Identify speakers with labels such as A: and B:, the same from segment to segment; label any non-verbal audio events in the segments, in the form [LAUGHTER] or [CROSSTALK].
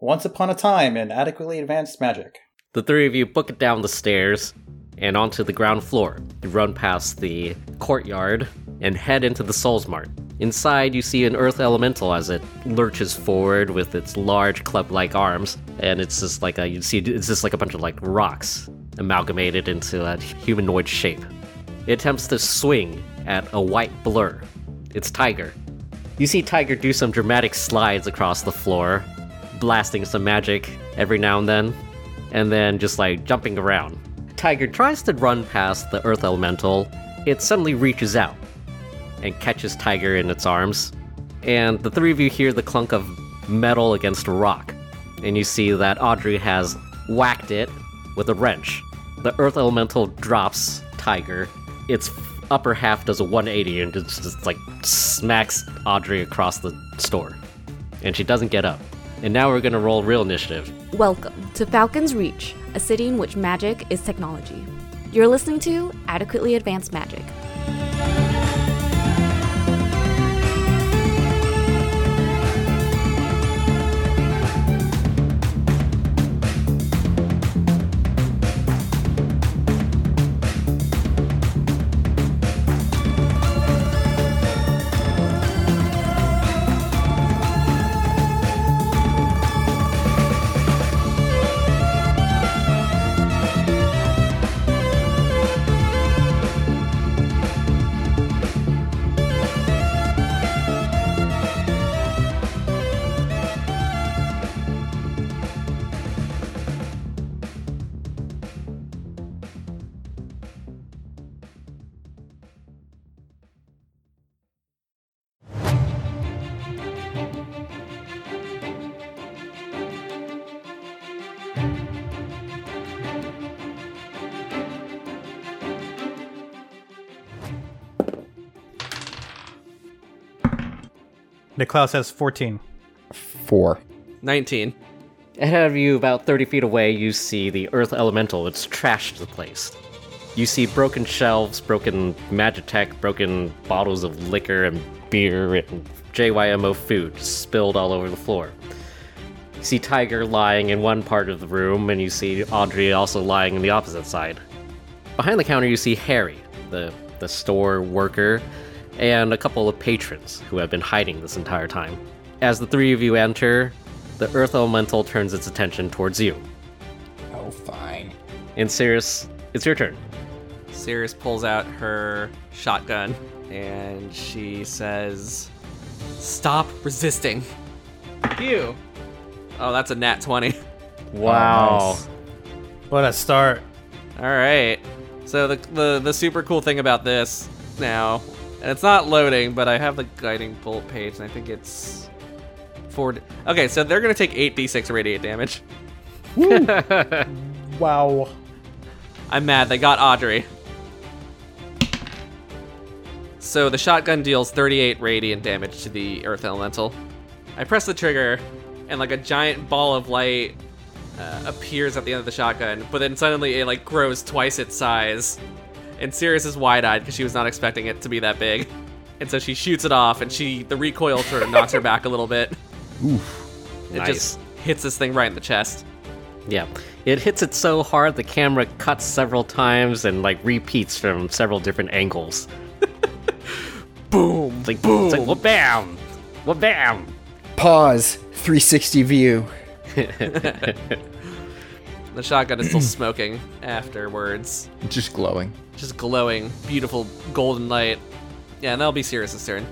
A: Once upon a time in adequately advanced magic.
B: The three of you book it down the stairs and onto the ground floor. You run past the courtyard and head into the Souls Mart. Inside, you see an Earth Elemental as it lurches forward with its large club-like arms, and it's just like a, you see it's just like a bunch of like rocks amalgamated into a humanoid shape. It attempts to swing at a white blur. It's Tiger. You see Tiger do some dramatic slides across the floor, blasting some magic every now and then, and then just like jumping around. Tiger tries to run past the Earth Elemental. It suddenly reaches out and catches Tiger in its arms. And the three of you hear the clunk of metal against rock. And you see that Audrey has whacked it with a wrench. The Earth Elemental drops Tiger. Its upper half does a 180 and just, just like smacks Audrey across the store. And she doesn't get up. And now we're gonna roll real initiative.
C: Welcome to Falcon's Reach, a city in which magic is technology. You're listening to Adequately Advanced Magic.
D: Niklaus has 14.
E: Four.
F: 19.
B: Ahead of you, about 30 feet away, you see the Earth Elemental. It's trashed the place. You see broken shelves, broken Magitech, broken bottles of liquor and beer and JYMO food spilled all over the floor. You see Tiger lying in one part of the room, and you see Audrey also lying in the opposite side. Behind the counter, you see Harry, the, the store worker, and a couple of patrons who have been hiding this entire time. As the three of you enter, the Earth Elemental turns its attention towards you.
E: Oh, fine.
B: And Sirius, it's your turn.
F: Sirius pulls out her shotgun and she says, Stop resisting. You. Oh, that's a nat 20.
B: Wow.
D: What a start.
F: All right. So the, the the super cool thing about this now, and it's not loading, but I have the guiding bolt page, and I think it's four. d- Okay, so they're gonna take eight d6 radiant damage. [LAUGHS]
D: Wow.
F: I'm mad. They got Audrey. So the shotgun deals 38 radiant damage to the earth elemental. I press the trigger, and like a giant ball of light uh, appears at the end of the shotgun. But then suddenly it like grows twice its size, and Sirius is wide-eyed because she was not expecting it to be that big. And so she shoots it off, and she the recoil sort of knocks her back a little bit. Oof! It
B: Nice.
F: just hits this thing right in the chest.
B: Yeah. It hits it so hard the camera cuts several times and like repeats from several different angles. [LAUGHS] boom. It's like boom. It's like well bam. Well bam.
E: Pause. 360 view.
F: The shotgun is
E: [CLEARS THROAT]
F: still smoking afterwards.
E: Just glowing.
F: just glowing, beautiful golden light. Yeah, and that'll be Sirius's turn.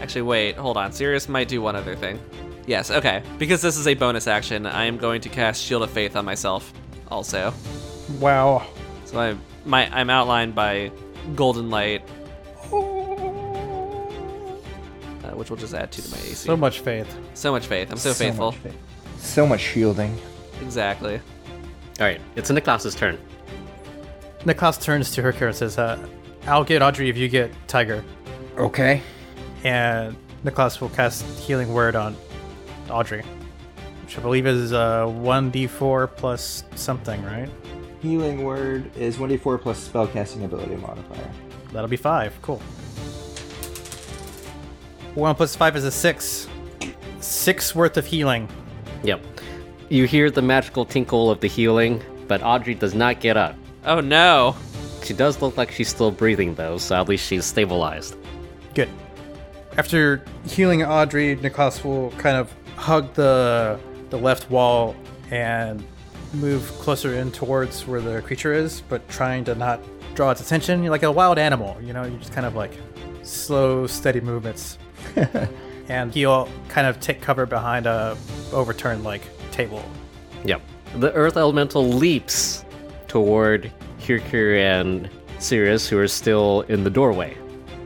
F: Actually, wait, hold on. Sirius might do one other thing. Yes, okay. Because this is a bonus action, I am going to cast Shield of Faith on myself also.
D: Wow.
F: So I my I'm outlined by golden light. Uh, which will just add two to my AC.
D: So much faith.
F: So much faith. I'm so, faithful.
E: much faith. So much shielding.
F: Exactly.
B: All right, it's Niklaus's turn.
D: Niklaus turns to her care and says, uh, I'll get Audrey if you get Tiger.
E: Okay.
D: And Niklaus will cast Healing Word on Audrey, which I believe is uh, 1d4 plus something, right?
G: Healing word is 1d4 plus spellcasting ability modifier.
D: That'll be 5. Cool. 1 plus 5 is a 6. 6 worth of healing.
B: Yep. You hear the magical tinkle of the healing, but Audrey does not get up.
F: Oh no.
B: She does look like she's still breathing, though, so at least she's stabilized.
D: Good. After healing Audrey, Niklaus will kind of hug the the left wall and move closer in towards where the creature is, but trying to not draw its attention. You're like a wild animal, you know. You're just kind of like slow, steady movements. and he'll kind of take cover behind a overturned like table.
B: Yep. The Earth Elemental leaps toward Kirkir and Sirius, who are still in the doorway.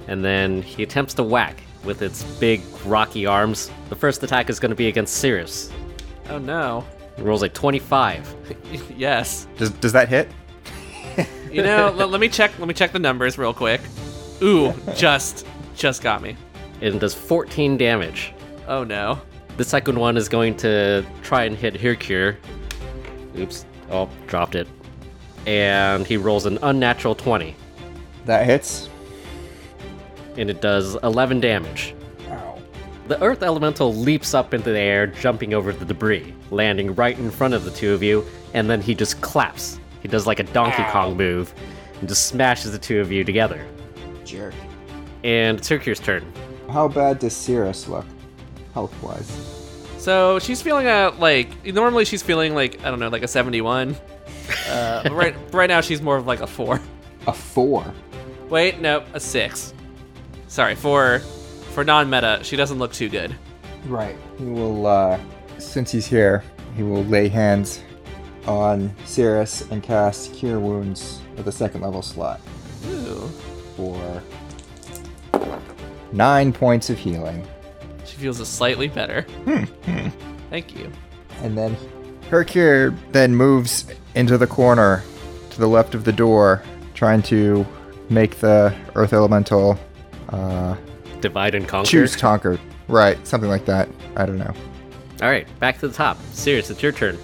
B: And then he attempts to whack with its big, rocky arms. The first attack is going to be against Sirius.
F: Oh no. [LAUGHS]
B: He rolls a 25.
F: yes.
H: Does, does that hit?
F: You know, let, let me check. Let me check the numbers real quick. Ooh, just just got me.
B: and does 14 damage.
F: Oh no.
B: The second one is going to try and hit Hirkir. Oops. Oh, dropped it. And he rolls an unnatural 20,
E: That hits.
B: and it does 11 damage. The Earth Elemental leaps up into the air, jumping over the debris, landing right in front of the two of you, and then he just claps. He does like a Donkey Kong move and just smashes the two of you together.
G: Jerk.
B: And it's Hirkir's turn.
G: How bad does Cirrus look, health wise?
F: So she's feeling a like. Normally she's feeling like I don't know, like a 71. Uh, but right right now she's more of like a four.
G: A four.
F: Wait, no, a six. Sorry for for non-meta. She doesn't look too good.
G: Right.
E: He will, uh, since he's here, he will lay hands.
G: On Cirrus and cast Cure Wounds with a second level slot
F: Ooh,
G: for
E: Nine points of healing.
F: she feels slightly better. Thank you.
G: and then
E: Hercure then moves into the corner to the left of the door, trying to make the Earth Elemental uh,
B: Divide and conquer.
E: choose Tonker. Right, something like that. I don't know.
B: All right, back to the top. Sirius, it's your turn.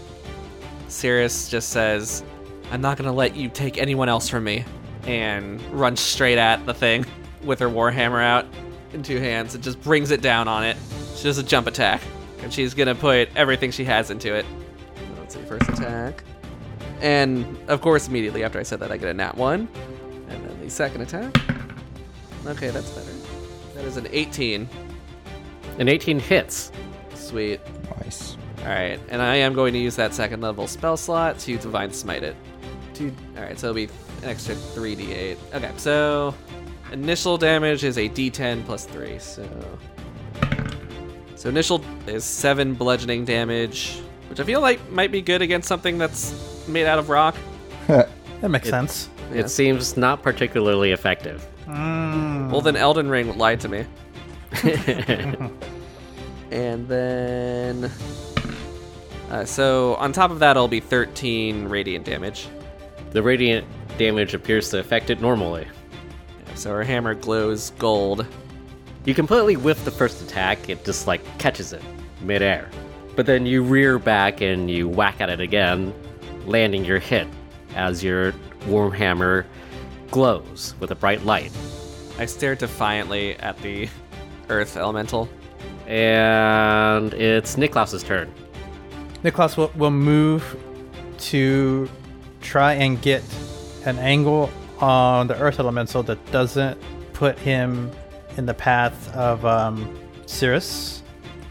F: Sirius just says, I'm not gonna let you take anyone else from me. And runs straight at the thing with her warhammer out in two hands and just brings it down on it. She does a jump attack. And she's gonna put everything she has into it. Let's see, first attack. And of course, immediately after I said that, I get a nat one. And then the second attack. Okay, that's better. That is an 18.
B: An 18 hits.
F: Sweet.
E: Nice. [LAUGHS]
F: All right, and I am going to use that second level spell slot to divine smite it. To all right, so it'll be an extra three d8. Okay, so initial damage is a d10 plus three, so so initial is seven bludgeoning damage, which I feel like might be good against something that's made out of rock.
D: That makes sense.
B: It seems not particularly effective.
F: Well, then Elden Ring lied to me. and then. Uh, so, on top of that, it'll be 13 radiant damage.
B: The radiant damage appears to affect it normally.
F: So, her hammer glows gold.
B: You completely whiff the first attack, it just like catches it midair. But then you rear back and you whack at it again, landing your hit as your warm hammer glows with a bright light.
F: I stare defiantly at the earth elemental.
B: And it's Niklaus's turn.
D: Niklaus will, will move to try and get an angle on the Earth Elemental that doesn't put him in the path of um, Cirrus.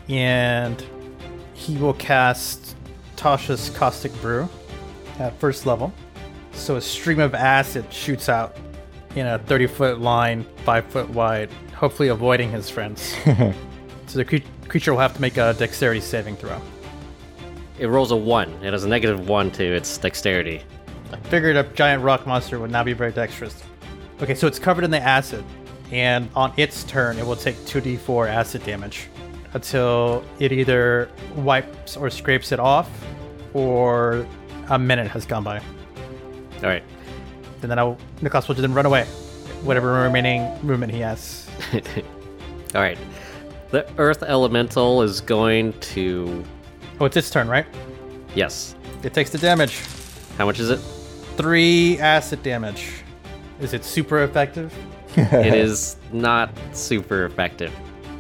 D: And he will cast Tasha's Caustic Brew at first level. So a stream of acid shoots out in a 30 foot line, 5 foot wide, hopefully avoiding his friends. so the cre- creature will have to make a dexterity saving throw.
B: It rolls a 1, it has a negative 1 to its dexterity.
D: figured a giant rock monster would not be very dexterous. Okay, so it's covered in the acid, and on its turn, it will take 2d4 acid damage until it either wipes or scrapes it off, or a minute has gone by.
B: Alright.
D: And then I'll, Nicholas will just then run away, whatever remaining movement he has.
B: Alright. The earth elemental is going to.
D: Oh, it's its turn, right?
B: Yes.
D: It takes the damage.
B: How much is it?
D: Three acid damage. Is it super effective?
B: it is not super effective.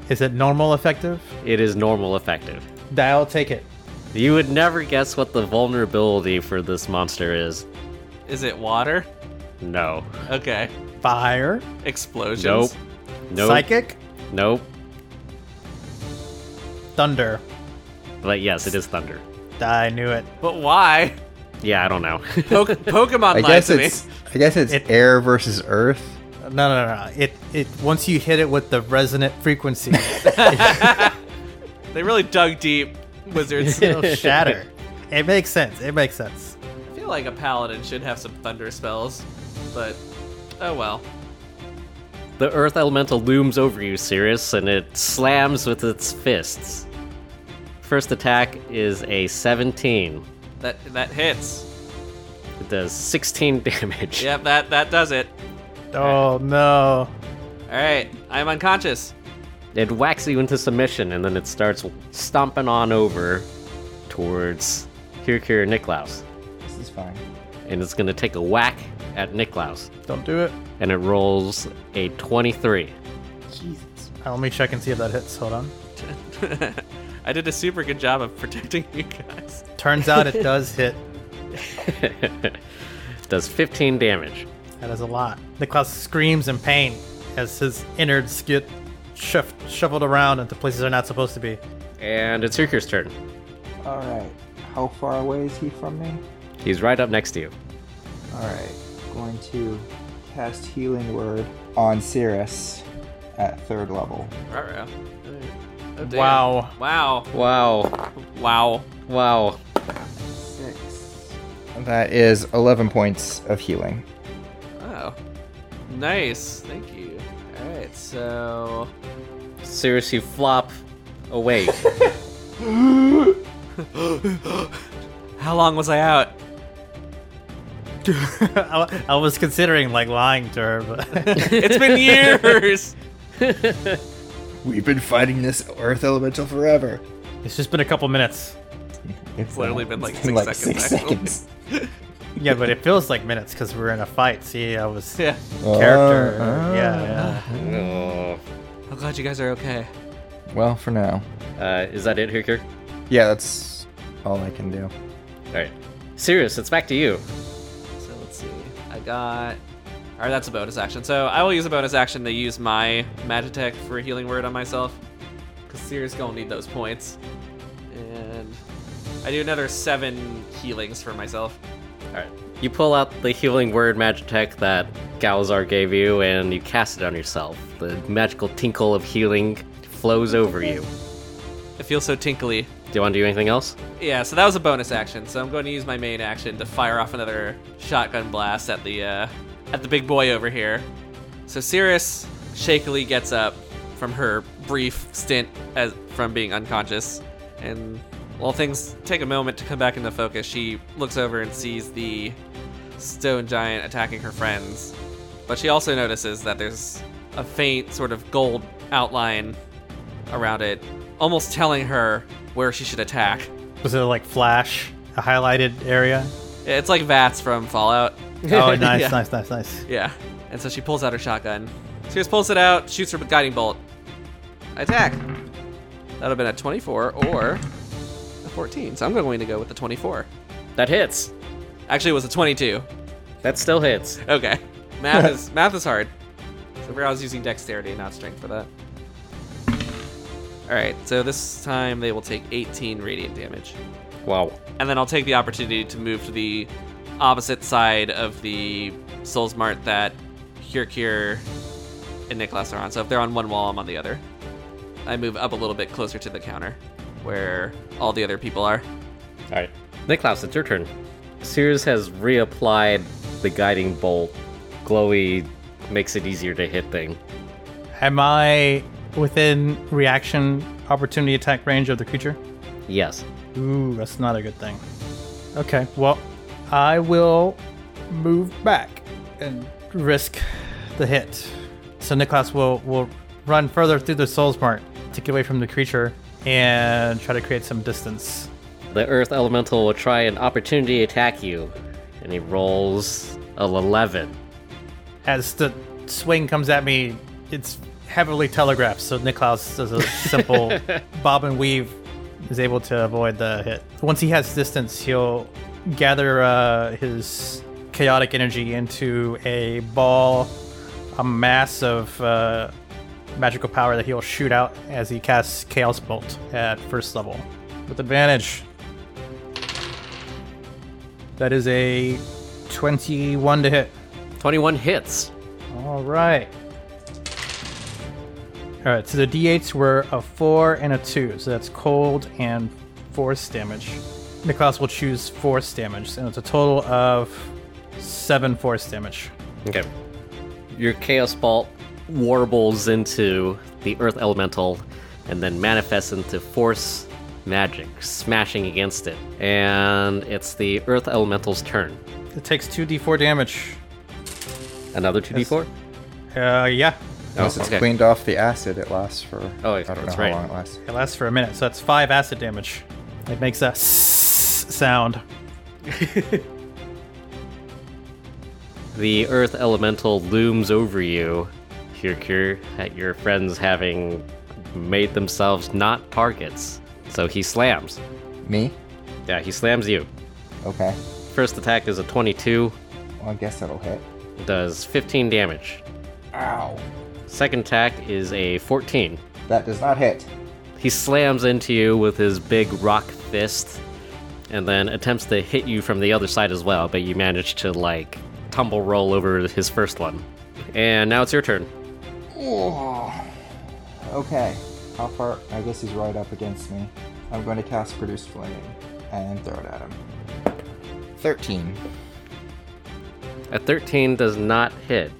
D: Is it normal effective?
B: It is normal effective.
D: I'll take it.
B: You would never guess what the vulnerability for this monster is.
F: Is it water?
B: No.
F: Okay.
D: Fire.
F: Explosions.
B: Nope. Nope.
D: Psychic.
B: Nope.
D: Thunder.
B: But yes, it is thunder.
D: I knew it.
F: But why?
B: Yeah, I don't know. [LAUGHS]
E: [LAUGHS]
F: Poke- Pokemon
E: I
F: lied
E: guess
F: to me.
E: it's I guess it's
D: It-
E: air versus earth.
D: No, no, no, no. It, it. Once you hit it with the resonant frequency,
E: [LAUGHS]
F: They really dug deep,
E: [LAUGHS]
F: wizards. I
D: it'll shatter. It makes sense. It makes sense.
F: feel like a paladin should have some thunder spells, but oh well.
B: the earth elemental looms over you, Sirius, and it slams with its fists. First attack is a 17.
F: That that hits.
B: It does 16 [LAUGHS] damage.
F: Yep, that that does it.
D: Oh no.
F: All right, I'm unconscious.
B: It whacks you into submission, and then it starts stomping on over towards Kirkir Niklaus.
G: This is fine.
B: And it's going to take a whack at Niklaus.
D: Don't do it.
B: And it rolls a 23.
D: Uh, let me check and see if that hits. Hold on.
F: I did a super good job of [LAUGHS] protecting you guys.
D: Turns out
E: [LAUGHS]
D: it does hit.
B: does 15 damage.
D: That is a lot. Niklaus screams in pain as his innards get shuff- shuffled around into places they're not supposed to be.
B: And it's Kirkir's turn.
G: All right. How far away is he from me?
B: He's right up next to you.
G: All right. Going to cast Healing Word on Cirrus at third level.
F: Ruh-roh. Oh, damn.
D: Wow.
F: Wow.
B: Wow.
F: Wow.
B: Wow.
G: Six.
E: That is 11 points of healing.
F: Oh. Nice. Thank you. All right, so
B: Sirius, you flop [LAUGHS] away.
F: how long was I out? [LAUGHS]
D: I, I was considering like lying to her, but [LAUGHS]
F: It's been years.
E: We've been fighting this earth elemental forever.
D: it's just been a couple minutes.
G: It's
F: literally
G: uh,
F: been like
G: it's
F: six seconds,
G: six
F: actually.
E: [LAUGHS]
G: seconds.
D: Yeah, but it feels like minutes because we're in a fight. See, I
E: [LAUGHS]
D: was
F: yeah.
D: character.
E: Uh, uh.
D: yeah, yeah.
B: oh.
F: I'm glad you guys are okay.
E: Well, for now.
B: uh, is that it, Kirkir?
E: Yeah, that's all I can do.
F: Oh,
B: All right. Sirius, it's back to you.
F: So let's see. I got. Alright, that's a bonus action. So I will use a bonus action to use my Magitech for Healing Word on myself. Because Seer's gonna need those points. And I do another seven healings for myself.
B: All right. You pull out the healing word Magitech that Galazar gave you, and you cast it on yourself. The magical tinkle of healing flows over you. Do
F: It feels so tinkly.
B: you want to do anything else?
F: Yeah, so that was a bonus action. So I'm going to use my main action to fire off another shotgun blast at the uh, at the big boy over here. So Cirrus shakily gets up from her brief stint as from being unconscious, and while things take a moment to come back into focus, she looks over and sees the stone giant attacking her friends. But she also notices that there's a faint sort of gold outline around it, almost telling her where she should attack.
D: Was it like flash, a highlighted area?
F: Yeah, It's like Vats from Fallout.
D: [LAUGHS] Oh, nice,
F: Yeah.
D: nice, nice, nice.
F: Yeah. And so she pulls out her shotgun. She just pulls it out, shoots her with guiding bolt. Attack. That would have been a 24 or a 14. So I'm going to go with the 24.
B: That hits.
F: Actually, it was a 22.
B: That still hits.
D: [LAUGHS]
F: Okay. Math is math is hard. So I was using dexterity, not strength for that. All right. So this time they will take 18 radiant damage.
B: Wow.
F: and then I'll take the opportunity to move to the opposite side of the Souls Mart that Hirkir and Nicholas are on. So if they're on one wall, I'm on the other. I move up a little bit closer to the counter where all the other people are.
B: All right. Niklaus, it's your turn. Sirius has reapplied the guiding bolt. Glowy makes it easier to hit thing.
D: Am I within reaction opportunity attack range of the creature?
B: Yes.
D: Ooh, that's not a good thing. Okay, well, I will move back and risk the hit. So Niklaus will will run further through the soul smart to get away from the creature and try to create some distance.
B: The Earth Elemental will try an opportunity attack you, and he rolls a 11.
D: As the swing comes at me, it's heavily telegraphed, so Niklaus does a simple bob and weave is able to avoid the hit. Once he has distance, he'll gather uh, his chaotic energy into a ball, a mass of uh, magical power that he'll shoot out as he casts Chaos Bolt at first level with advantage. That is a 21 to hit.
B: 21 hits.
D: All right. All right, so the d8s were a 4 and a 2, so that's cold and force damage. Niklaus will choose force damage, and it's a total of 7 force damage.
B: Okay. Your Chaos Bolt warbles into the Earth Elemental and then manifests into Force Magic, smashing against it. And it's the Earth Elemental's turn.
D: It takes 2d4 damage.
B: Another 2d4?
D: Uh, yeah,
E: Once it's cleaned off the acid, it lasts for.
B: Oh,
E: I don't know
B: that's
E: how
B: right.
E: long it lasts.
D: it lasts for a minute, so that's 5 acid damage. It makes a s- sound.
B: The earth elemental looms over you, Hirkir, at your friends having made themselves not targets. So he slams.
E: Me?
B: Yeah, he slams you.
E: Okay.
B: First attack is a 22,
E: Well, I guess that'll hit.
B: does 15 damage.
E: Ow.
B: Second attack is a 14.
E: That does not hit.
B: He slams into you with his big rock fist and then attempts to hit you from the other side as well, but you manage to, like, tumble roll over his first one. And now it's your turn.
E: Oh.
G: Okay. How far? I guess he's right up against me. I'm going to cast Produce Flame and throw it at him.
E: 13.
B: A 13 does not hit.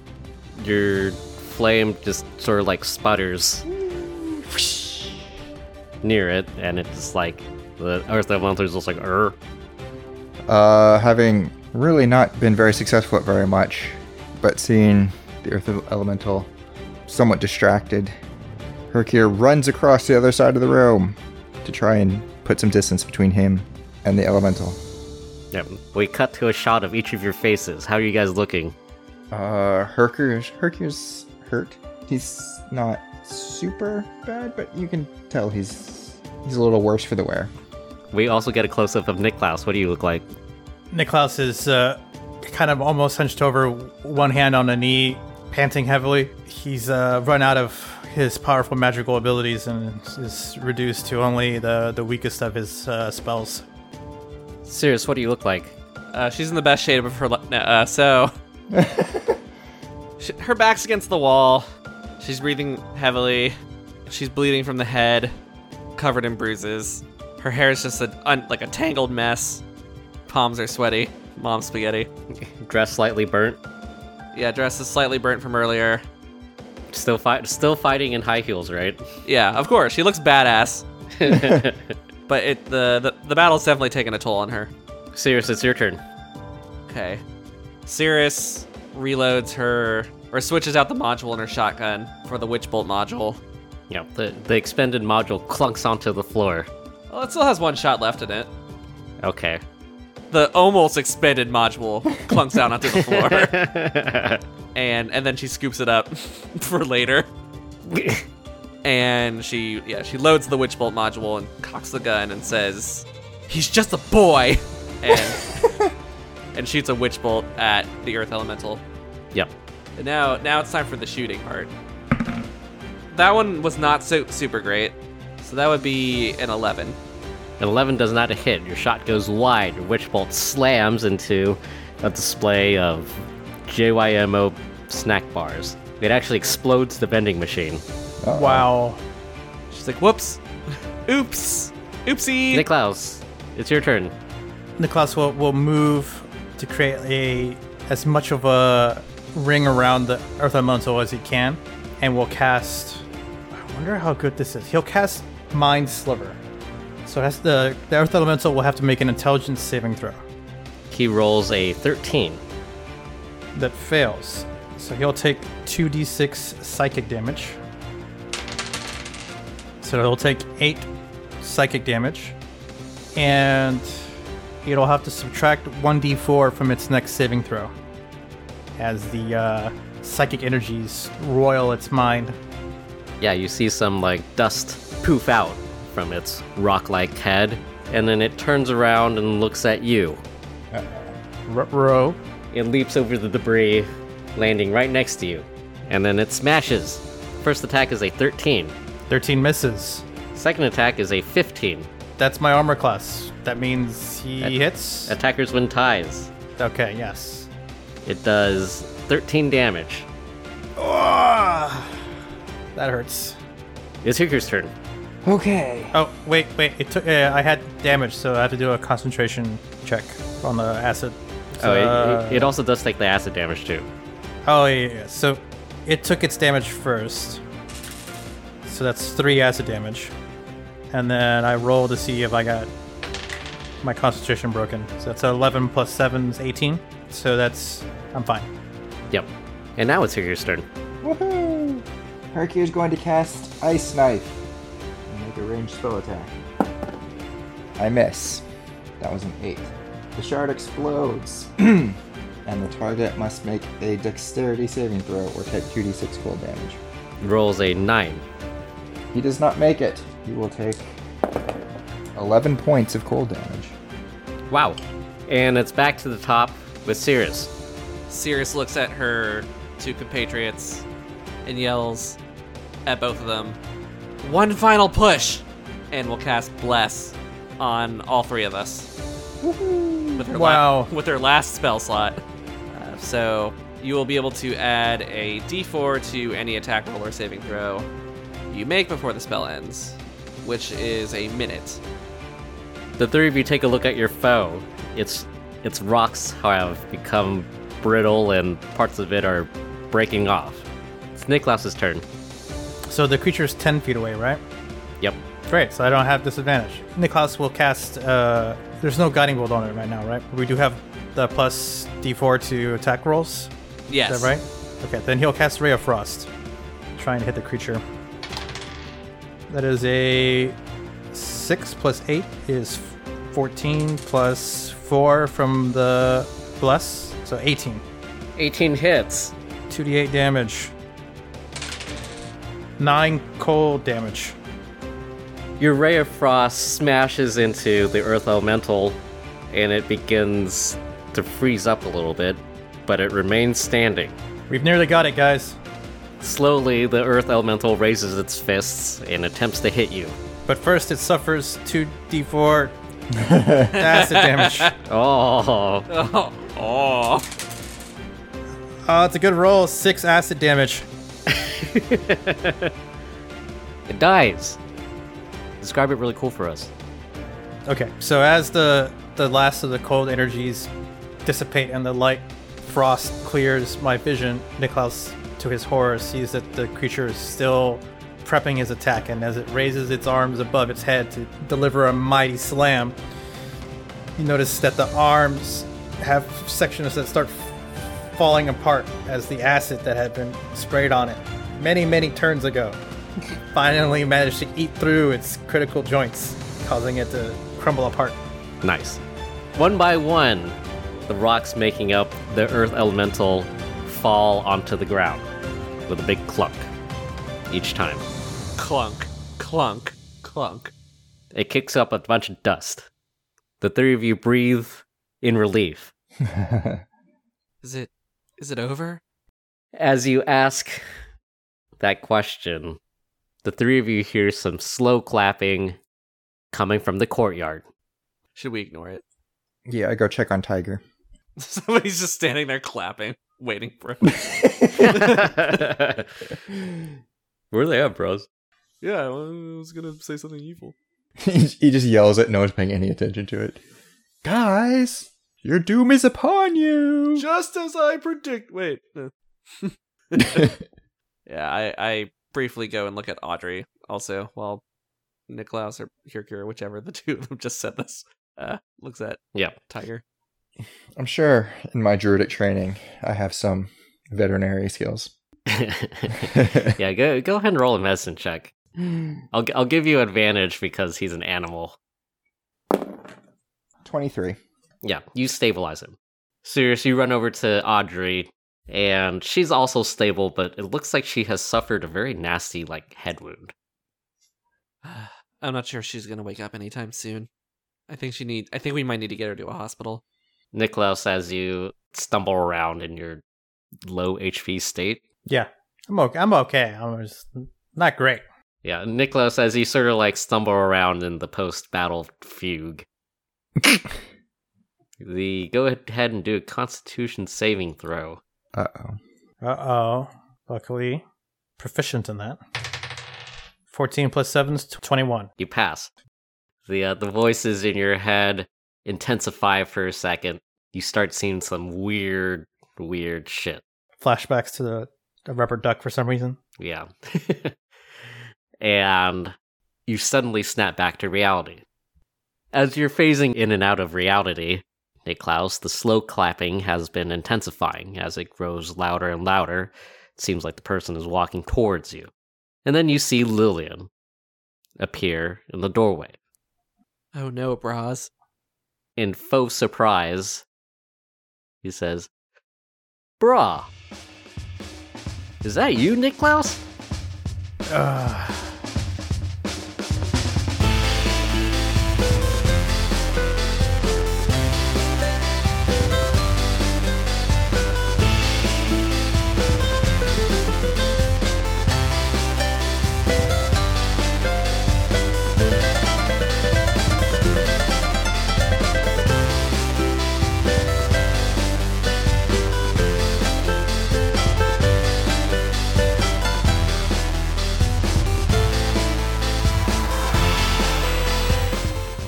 B: Your flame just sort of like sputters near it, and it's just like the Earth Elemental is just like, er.
E: Uh, having really not been very successful at very much, but seeing the Earth Elemental somewhat distracted, Herkir runs across the other side of the room to try and put some distance between him and the Elemental.
B: Yep. We cut to a shot of each of your faces. How are you guys looking?
E: Uh, Herkir's, Herkir's hurt. He's not super bad, but you can tell he's he's a little worse for the wear.
B: We also get a close up of Niklaus. What do you look like?
D: Niklaus is uh, kind of almost hunched over, one hand on the knee, panting heavily. He's uh, run out of his powerful magical abilities and is reduced to only the, the weakest of his uh, spells.
B: Sirius, what do you look [LAUGHS] like?
F: Uh, she's in the best shape of her life. Uh, so. Sh her back's against the wall. She's breathing heavily. She's bleeding from the head, covered in bruises. Her hair is just a, un- like a tangled mess. Palms are sweaty. Mom spaghetti.
B: Dress slightly burnt.
F: Yeah, dress is slightly burnt from earlier.
B: Still fight still fighting in high heels, right?
F: Yeah, of course. She looks badass. but it the, the the battle's definitely taken a toll on her.
B: Sirius, it's your turn.
F: Okay. Cirrus reloads her or switches out the module in her shotgun for the witch bolt module.
B: Yep. The the expended module clunks onto the floor.
F: Well, it still has one shot left in it.
B: Okay. [LAUGHS]
F: The almost expended module clunks down onto the floor. and and then she scoops it up [LAUGHS] for later. and she yeah, she loads the witch bolt module and cocks the gun and says, "He's just a boy." And and shoots a witch bolt at the earth elemental.
B: Yep.
F: And now, now it's time for the shooting part. That one was not so super great, so that would be an 11.
B: An 11 does not hit. Your shot goes wide. Your witch bolt slams into a display of JYMO snack bars. It actually explodes the vending machine.
D: Wow.
F: She's like, "Whoops, [LAUGHS] oops, oopsie."
B: Niklaus, it's your turn.
D: Niklaus will, will move to create a as much of a ring around the Earth Elemental as he can, and will cast. I wonder how good this is. He'll cast Mind Sliver, so that's the the Earth Elemental will have to make an Intelligence saving throw
B: He rolls a 13.
D: that fails. So he'll take two d6 psychic damage. So he'll take eight psychic damage, and it'll have to subtract one d4 from its next saving throw, as the uh, psychic energies roil its mind.
B: Yeah, you see some like dust poof out from its rock like head, and then it turns around and looks at you.
D: R- row.
B: It leaps over the debris, landing right next to you, and then it smashes. First attack is a 13,
D: 13 misses.
B: second attack is a 15.
D: That's my armor class. That means he hits.
B: Attackers win ties.
D: okay, yes.
B: It does 13 damage.
D: That hurts.
B: It's Hooker's turn.
G: Okay.
D: Oh, wait, wait. It took. Uh, I had damage, so I have to do a concentration check on the acid.
B: Oh,
D: Uh,
B: it- it, it also does take the acid damage too.
D: Oh yeah, yeah, yeah. So it took its damage first. So that's three acid damage. And then I roll to see if I got my concentration broken. So that's eleven plus seven is eighteen. So that's I'm fine.
B: Yep. And now it's Hooker's turn.
G: Woohoo! Hercule's going to cast Ice Knife and make a ranged spell attack.
E: I miss.
G: That was an 8. The shard explodes, [CLEARS THROAT] and the target must make a dexterity saving throw or take 2d6 cold damage.
B: Rolls a 9.
G: He does not make it. He will take.
E: 11 points of cold damage.
B: Wow. And it's back to the top with Cirrus.
F: Sirius looks at her two compatriots and yells at both of them, "One final push!" and will cast bless on all three of us. With her la-
D: Wow.
F: with her last spell slot. Uh, so you will be able to add a d4 to any attack roll or saving throw you make before the spell ends, which is a minute.
B: The three of you take a look at your foe. Its its rocks have become brittle and parts of it are breaking off. It's Niklaus's turn.
D: So the creature is ten feet away, right?
B: Yep.
D: Great. So I don't have disadvantage. Niklaus will cast. Uh, there's no guiding bolt on it right now, right? We do have the plus D4 to attack rolls.
F: Yes.
D: Is that right? Okay, then he'll cast Ray of Frost. Try and hit the creature. That is a 6 plus 8 is 14 plus 4 from the bless, so 18.
B: 18 hits.
D: 2d8 damage. 9 cold damage.
B: Your ray of frost smashes into the earth elemental and it begins to freeze up a little bit, but it remains standing.
D: We've nearly got it, guys.
B: Slowly, the earth elemental raises its fists and attempts to hit you.
D: But first, it suffers 2d4 acid damage.
B: Oh,
F: Oh. oh.
D: Uh, it's a good roll 6 acid damage.
B: it dies. Describe it really cool for us.
D: Okay, so as the the last of the cold energies dissipate and the light frost clears my vision, Niklaus, to his horror, sees that the creature is still prepping his attack, and as it raises its arms above its head to deliver a mighty slam, you notice that the arms have sections that start f- falling apart as the acid that had been sprayed on it many, many turns ago finally managed to eat through its critical joints, causing it to crumble apart.
B: Nice. One by one, the rocks making up the earth elemental fall onto the ground with a big clunk each time.
F: Clunk. Clunk. Clunk.
B: It kicks up a bunch of dust. The three of you breathe in relief.
F: Is it is it over?
B: As you ask that question, the three of you hear some slow clapping coming from the courtyard. [LAUGHS]
F: Should we ignore it?
E: Yeah, I go check on Tiger. [LAUGHS]
F: [LAUGHS] Somebody's just standing there clapping, waiting for
B: [LAUGHS]
F: him.
B: Where they at, bros?
F: yeah, I was gonna say something evil.
E: he he just yells it, no one's paying any attention to it. Guys, your doom is upon you!
F: Just as I predict. Wait.
B: [LAUGHS]
F: no. yeah, I, I briefly go and look at Audrey also while Niklaus or Hirkir, whichever the [LAUGHS] two of them just said this, uh, looks at
B: Yeah.
F: Tiger.
E: I'm sure in my druidic training, I have some veterinary skills. [LAUGHS]
B: yeah, go go ahead and roll a medicine check. I'll g- I'll give you advantage because he's an animal.
E: 23.
B: Yeah, you stabilize him. Serious, you run over to Audrey, and she's also stable, but it looks like she has suffered a very nasty like head wound.
F: I'm not sure if she's gonna wake up anytime soon. I think she need. I think we might need to get her to a hospital.
B: Niklaus, as you stumble around in your low HP state,
D: Yeah, I'm okay. I'm okay. I'm just not great.
B: yeah, Niklaus, as you sort of like stumble around in the post battle fugue, the go ahead and do a Constitution saving throw.
E: Uh oh.
D: Uh oh. Luckily, proficient in that. 14 plus 7 is 21.
B: You pass. The uh, the voices in your head intensify for a second. You start seeing some weird, weird shit.
D: Flashbacks to the, the rubber duck for some reason.
B: Yeah. and you suddenly snap back to reality. As you're phasing in and out of reality, Niklaus, the slow clapping has been intensifying as it grows louder and louder. It seems like the person is walking towards you. And then you see Lillian appear in the doorway.
F: Oh no, bras.
B: In faux surprise, he says, Brah! Is that you, Niklaus?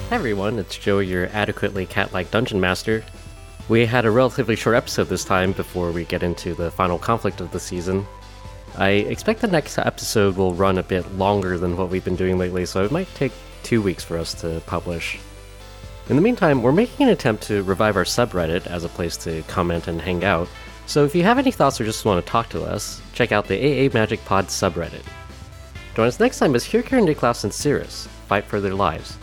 B: Hi everyone, it's Joe, your adequately cat-like dungeon master. We had a relatively short episode this time before we get into the final conflict of the season. I expect the next episode will run a bit longer than what we've been doing lately, so it might take two weeks for us to publish. In the meantime, we're making an attempt to revive our subreddit as a place to comment and hang out, so if you have any thoughts or just want to talk to us, check out the AA Magic Pod subreddit. Join us next time as Hirkir, Niklaus, and Cirrus fight for their lives.